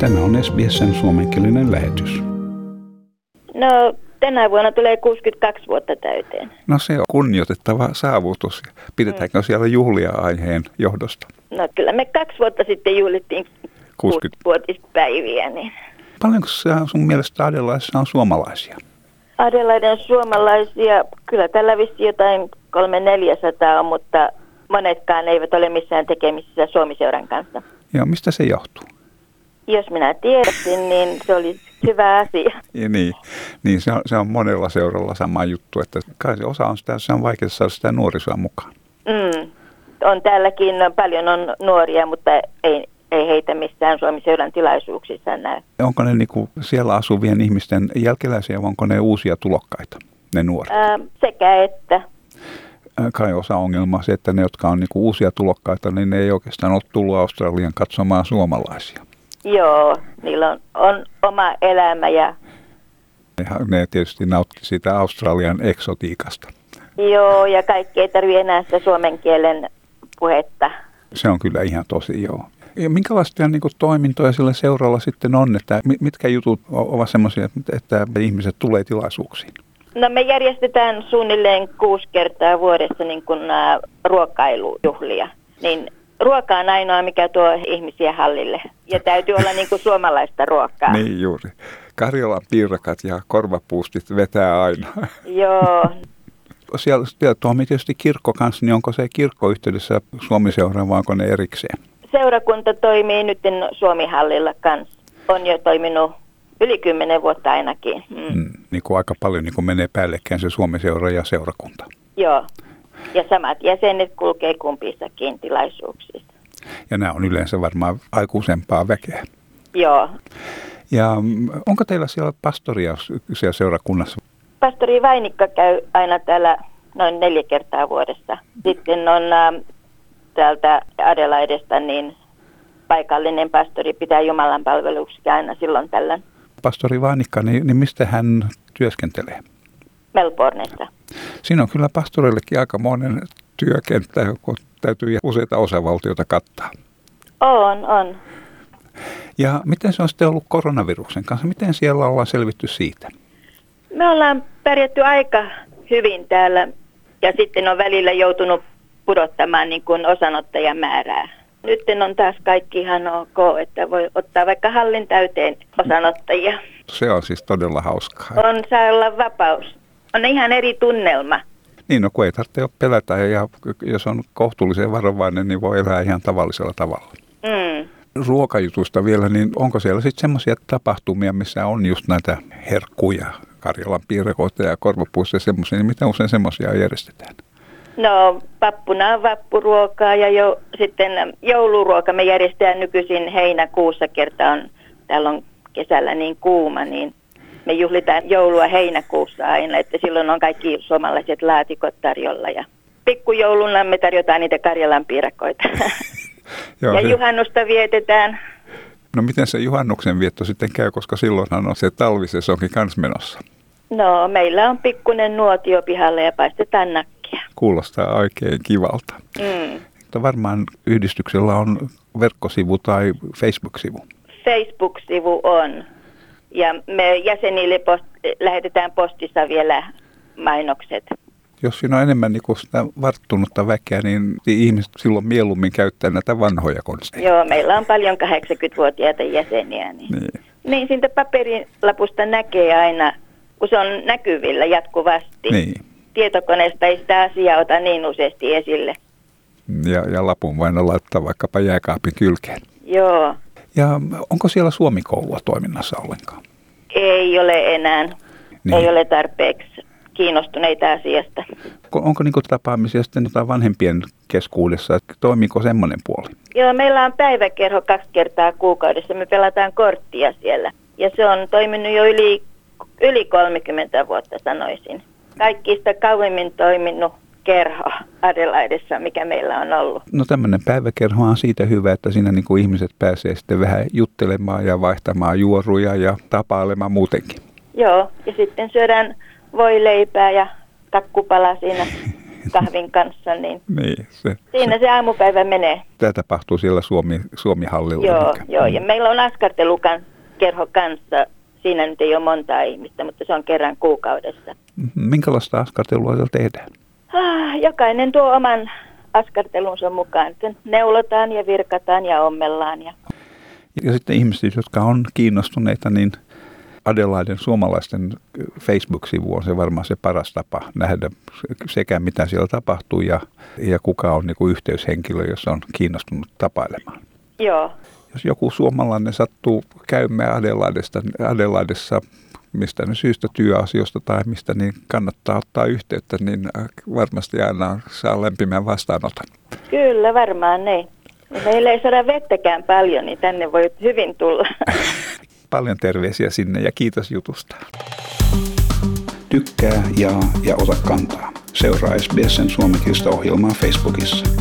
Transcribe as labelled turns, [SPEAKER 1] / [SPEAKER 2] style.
[SPEAKER 1] Tämä on SBSn suomenkielinen lähetys.
[SPEAKER 2] No, tänä vuonna tulee 62 vuotta täyteen.
[SPEAKER 1] No se on kunnioitettava saavutus. Pidetäänkö siellä juhlia aiheen johdosta?
[SPEAKER 2] No kyllä me kaksi vuotta sitten juhlittiin
[SPEAKER 1] 60.
[SPEAKER 2] 60-vuotispäiviä, niin
[SPEAKER 1] Paljonko sä- sun mielestä Adelaissa on suomalaisia?
[SPEAKER 2] Adelaiden suomalaisia, kyllä tällä vissi jotain 300-400 on, mutta monetkaan eivät ole missään tekemisissä Suomiseuran kanssa.
[SPEAKER 1] Joo, mistä se johtuu?
[SPEAKER 2] Jos minä tiesin, niin se olisi hyvä asia.
[SPEAKER 1] Ja niin, niin se, on, se on monella seuralla sama juttu, että kai se osa on sitä, se on vaikea saada sitä nuorisoa mukaan.
[SPEAKER 2] Mm. On täälläkin no, paljon on nuoria, mutta ei, ei heitä missään Suomiseuran tilaisuuksissa näy.
[SPEAKER 1] Onko ne niinku siellä asuvien ihmisten jälkeläisiä vai onko ne uusia tulokkaita, ne nuoret? Äh,
[SPEAKER 2] Ää, sekä että.
[SPEAKER 1] Kai osa ongelmaa se, että ne, jotka on niinku uusia tulokkaita, niin ne ei oikeastaan ole tullut Australian katsomaan suomalaisia.
[SPEAKER 2] Joo, niillä on, on oma elämä ja
[SPEAKER 1] Ne, ne tietysti nautti sitä Australian eksotiikasta.
[SPEAKER 2] joo, ja kaikki ei tarvitse enää sitä suomen kielen puhetta.
[SPEAKER 1] Se on kyllä ihan tosi, joo. Ja minkälaista niin kuin, toimintoja sillä seuralla sitten on, että mi- mitkä jutut o- ovat semmoisia, että ihmiset tulee tilaisuuksiin?
[SPEAKER 2] No me järjestetään suunnilleen kuusi kertaa vuodessa niin kuin ää, ruokailujuhlia. Niin ruoka on ainoa, mikä tuo ihmisiä hallille. Ja täytyy olla niin kuin suomalaista ruokaa.
[SPEAKER 1] Niin juuri. Karjalan piirakat ja korvapuustit vetää aina.
[SPEAKER 2] Joo,
[SPEAKER 1] Siellä siellä toimii tietysti kirkko kanssa, niin onko se kirkko yhteydessä Suomiseuraan vai onko ne erikseen?
[SPEAKER 2] seurakunta toimii nyt Suomi-hallilla kanssa. On jo toiminut yli kymmenen vuotta ainakin. Mm. Mm.
[SPEAKER 1] Mm, niin kuin aika paljon niin kuin menee päällekkäin se Suomiseura ja seurakunta.
[SPEAKER 2] Joo. Ja samat jäsenet kulkee kumpissakin tilaisuuksissa.
[SPEAKER 1] Ja nämä on yleensä varmaan aikuisempaa väkeä.
[SPEAKER 2] Joo.
[SPEAKER 1] Ja mm, onko teillä siellä pastoria siellä seurakunnassa?
[SPEAKER 2] Pastori Vainikka käy aina täällä noin neljä kertaa vuodessa. Sitten on ä, täältä Adelaidesta niin paikallinen pastori pitää Jumalan palveluksia aina silloin tällöin
[SPEAKER 1] Pastori Vaanikka, niin, niin mistä hän työskentelee?
[SPEAKER 2] Melbourneissa.
[SPEAKER 1] Siinä on kyllä pastoreillekin aikamoinen työkenttä, kun täytyy useita osavaltioita kattaa.
[SPEAKER 2] On, on.
[SPEAKER 1] Ja miten se on sitten ollut koronaviruksen kanssa? Miten siellä ollaan selvitty siitä?
[SPEAKER 2] Me ollaan pärjätty aika hyvin täällä ja sitten on välillä joutunut pudottamaan niin kuin osanottajan määrää. Nyt on taas kaikki ihan ok, että voi ottaa vaikka hallin täyteen osanottajia.
[SPEAKER 1] Se on siis todella hauskaa.
[SPEAKER 2] On saa olla vapaus. On ihan eri tunnelma.
[SPEAKER 1] Niin, no kun ei tarvitse ole pelätä ja jos on kohtuullisen varovainen, niin voi elää ihan tavallisella tavalla.
[SPEAKER 2] Mm.
[SPEAKER 1] Ruokajutusta vielä, niin onko siellä sitten semmoisia tapahtumia, missä on just näitä herkkuja, Karjalan piirakoita ja korvapuissa ja semmoisia, niin mitä usein semmoisia järjestetään?
[SPEAKER 2] No vappuna on vappuruokaa ja jo, sitten jouluruoka me järjestetään nykyisin heinäkuussa kerta on, täällä on kesällä niin kuuma, niin me juhlitaan joulua heinäkuussa aina, että silloin on kaikki suomalaiset laatikot tarjolla ja pikkujouluna me tarjotaan niitä Karjalan piirakoita.
[SPEAKER 1] Joo,
[SPEAKER 2] ja
[SPEAKER 1] se-
[SPEAKER 2] juhannusta vietetään.
[SPEAKER 1] No miten se juhannuksen vietto sitten käy, koska silloinhan on se talvisesonkin kans menossa.
[SPEAKER 2] No meillä on pikkunen nuotio pihalle ja paistetaan nakkia.
[SPEAKER 1] Kuulostaa oikein kivalta.
[SPEAKER 2] Mm.
[SPEAKER 1] Mutta varmaan yhdistyksellä on verkkosivu tai Facebook-sivu.
[SPEAKER 2] Facebook-sivu on. Ja me jäsenille post- lähetetään postissa vielä mainokset.
[SPEAKER 1] Jos siinä on enemmän niin sitä varttunutta väkeä, niin ihmiset silloin mieluummin käyttää näitä vanhoja konsteja.
[SPEAKER 2] Joo, meillä on paljon 80-vuotiaita jäseniä. Niin,
[SPEAKER 1] Niin.
[SPEAKER 2] niin siitä paperilapusta näkee aina, kun se on näkyvillä jatkuvasti.
[SPEAKER 1] niin.
[SPEAKER 2] Tietokoneesta ei sitä asiaa ota niin useasti esille.
[SPEAKER 1] Ja, ja lapun vain laittaa vaikkapa jääkaapin kylkeen.
[SPEAKER 2] Joo,
[SPEAKER 1] Ja onko siellä Suomikoulua toiminnassa ollenkaan?
[SPEAKER 2] ei ole enää, niin. ei ole tarpeeksi kiinnostuneita asiasta.
[SPEAKER 1] Onko, onko niin tapaamisia sitten jotain vanhempien keskuudessa? että Toimiiko semmoinen puoli?
[SPEAKER 2] Joo, meillä on päiväkerho kaksi kertaa kuukaudessa. Me pelataan korttia siellä. Ja se on toiminut jo yli, yli 30 vuotta, sanoisin. Kaikista kauemmin toiminut kerho Adelaidessa, mikä meillä on ollut.
[SPEAKER 1] No tämmöinen päiväkerho on siitä hyvä, että siinä niin kuin ihmiset pääsee sitten vähän juttelemaan ja vaihtamaan juoruja ja tapailemaan muutenkin.
[SPEAKER 2] Joo, ja sitten syödään voileipää ja kakkupala siinä kahvin kanssa, niin
[SPEAKER 1] Niin, se,
[SPEAKER 2] siinä
[SPEAKER 1] se,
[SPEAKER 2] se aamupäivä menee.
[SPEAKER 1] tämä tapahtuu siellä Suomi, Suomi-hallilla.
[SPEAKER 2] Joo,
[SPEAKER 1] elikkä-
[SPEAKER 2] joo, ja meillä on askartelukan kerho kanssa. Siinä nyt ei ole montaa ihmistä, mutta se on kerran kuukaudessa.
[SPEAKER 1] Mm, Minkälaista askartelua siellä tehdään?
[SPEAKER 2] Ah, Jokainen tuo oman askartelunsa mukaan. Sitten neulotaan ja virkataan ja ommellaan. Ja...
[SPEAKER 1] Ja sitten ihmiset, jotka on kiinnostuneita, niin Adelaiden suomalaisten Facebook-sivu on se varmaan se paras tapa nähdä sekä mitä siellä tapahtuu ja, ja kuka on niin kuin yhteyshenkilö, jos on kiinnostunut tapailemaan.
[SPEAKER 2] Joo,
[SPEAKER 1] Jos joku suomalainen sattuu käymään Adelaidesta, Adelaidessa mistä ne syystä työasioista tai mistä, niin kannattaa ottaa yhteyttä, niin varmasti aina saa lämpimän vastaanoton.
[SPEAKER 2] kyllä varmaan niin. Ja Meillä ei saada vettäkään paljon, niin tänne voi hyvin tulla.
[SPEAKER 1] Paljon terveisiä sinne ja kiitos jutusta. Tykkää, jaa ja ota kantaa. Seuraa SBSn suomenkielistä ohjelmaa Facebookissa.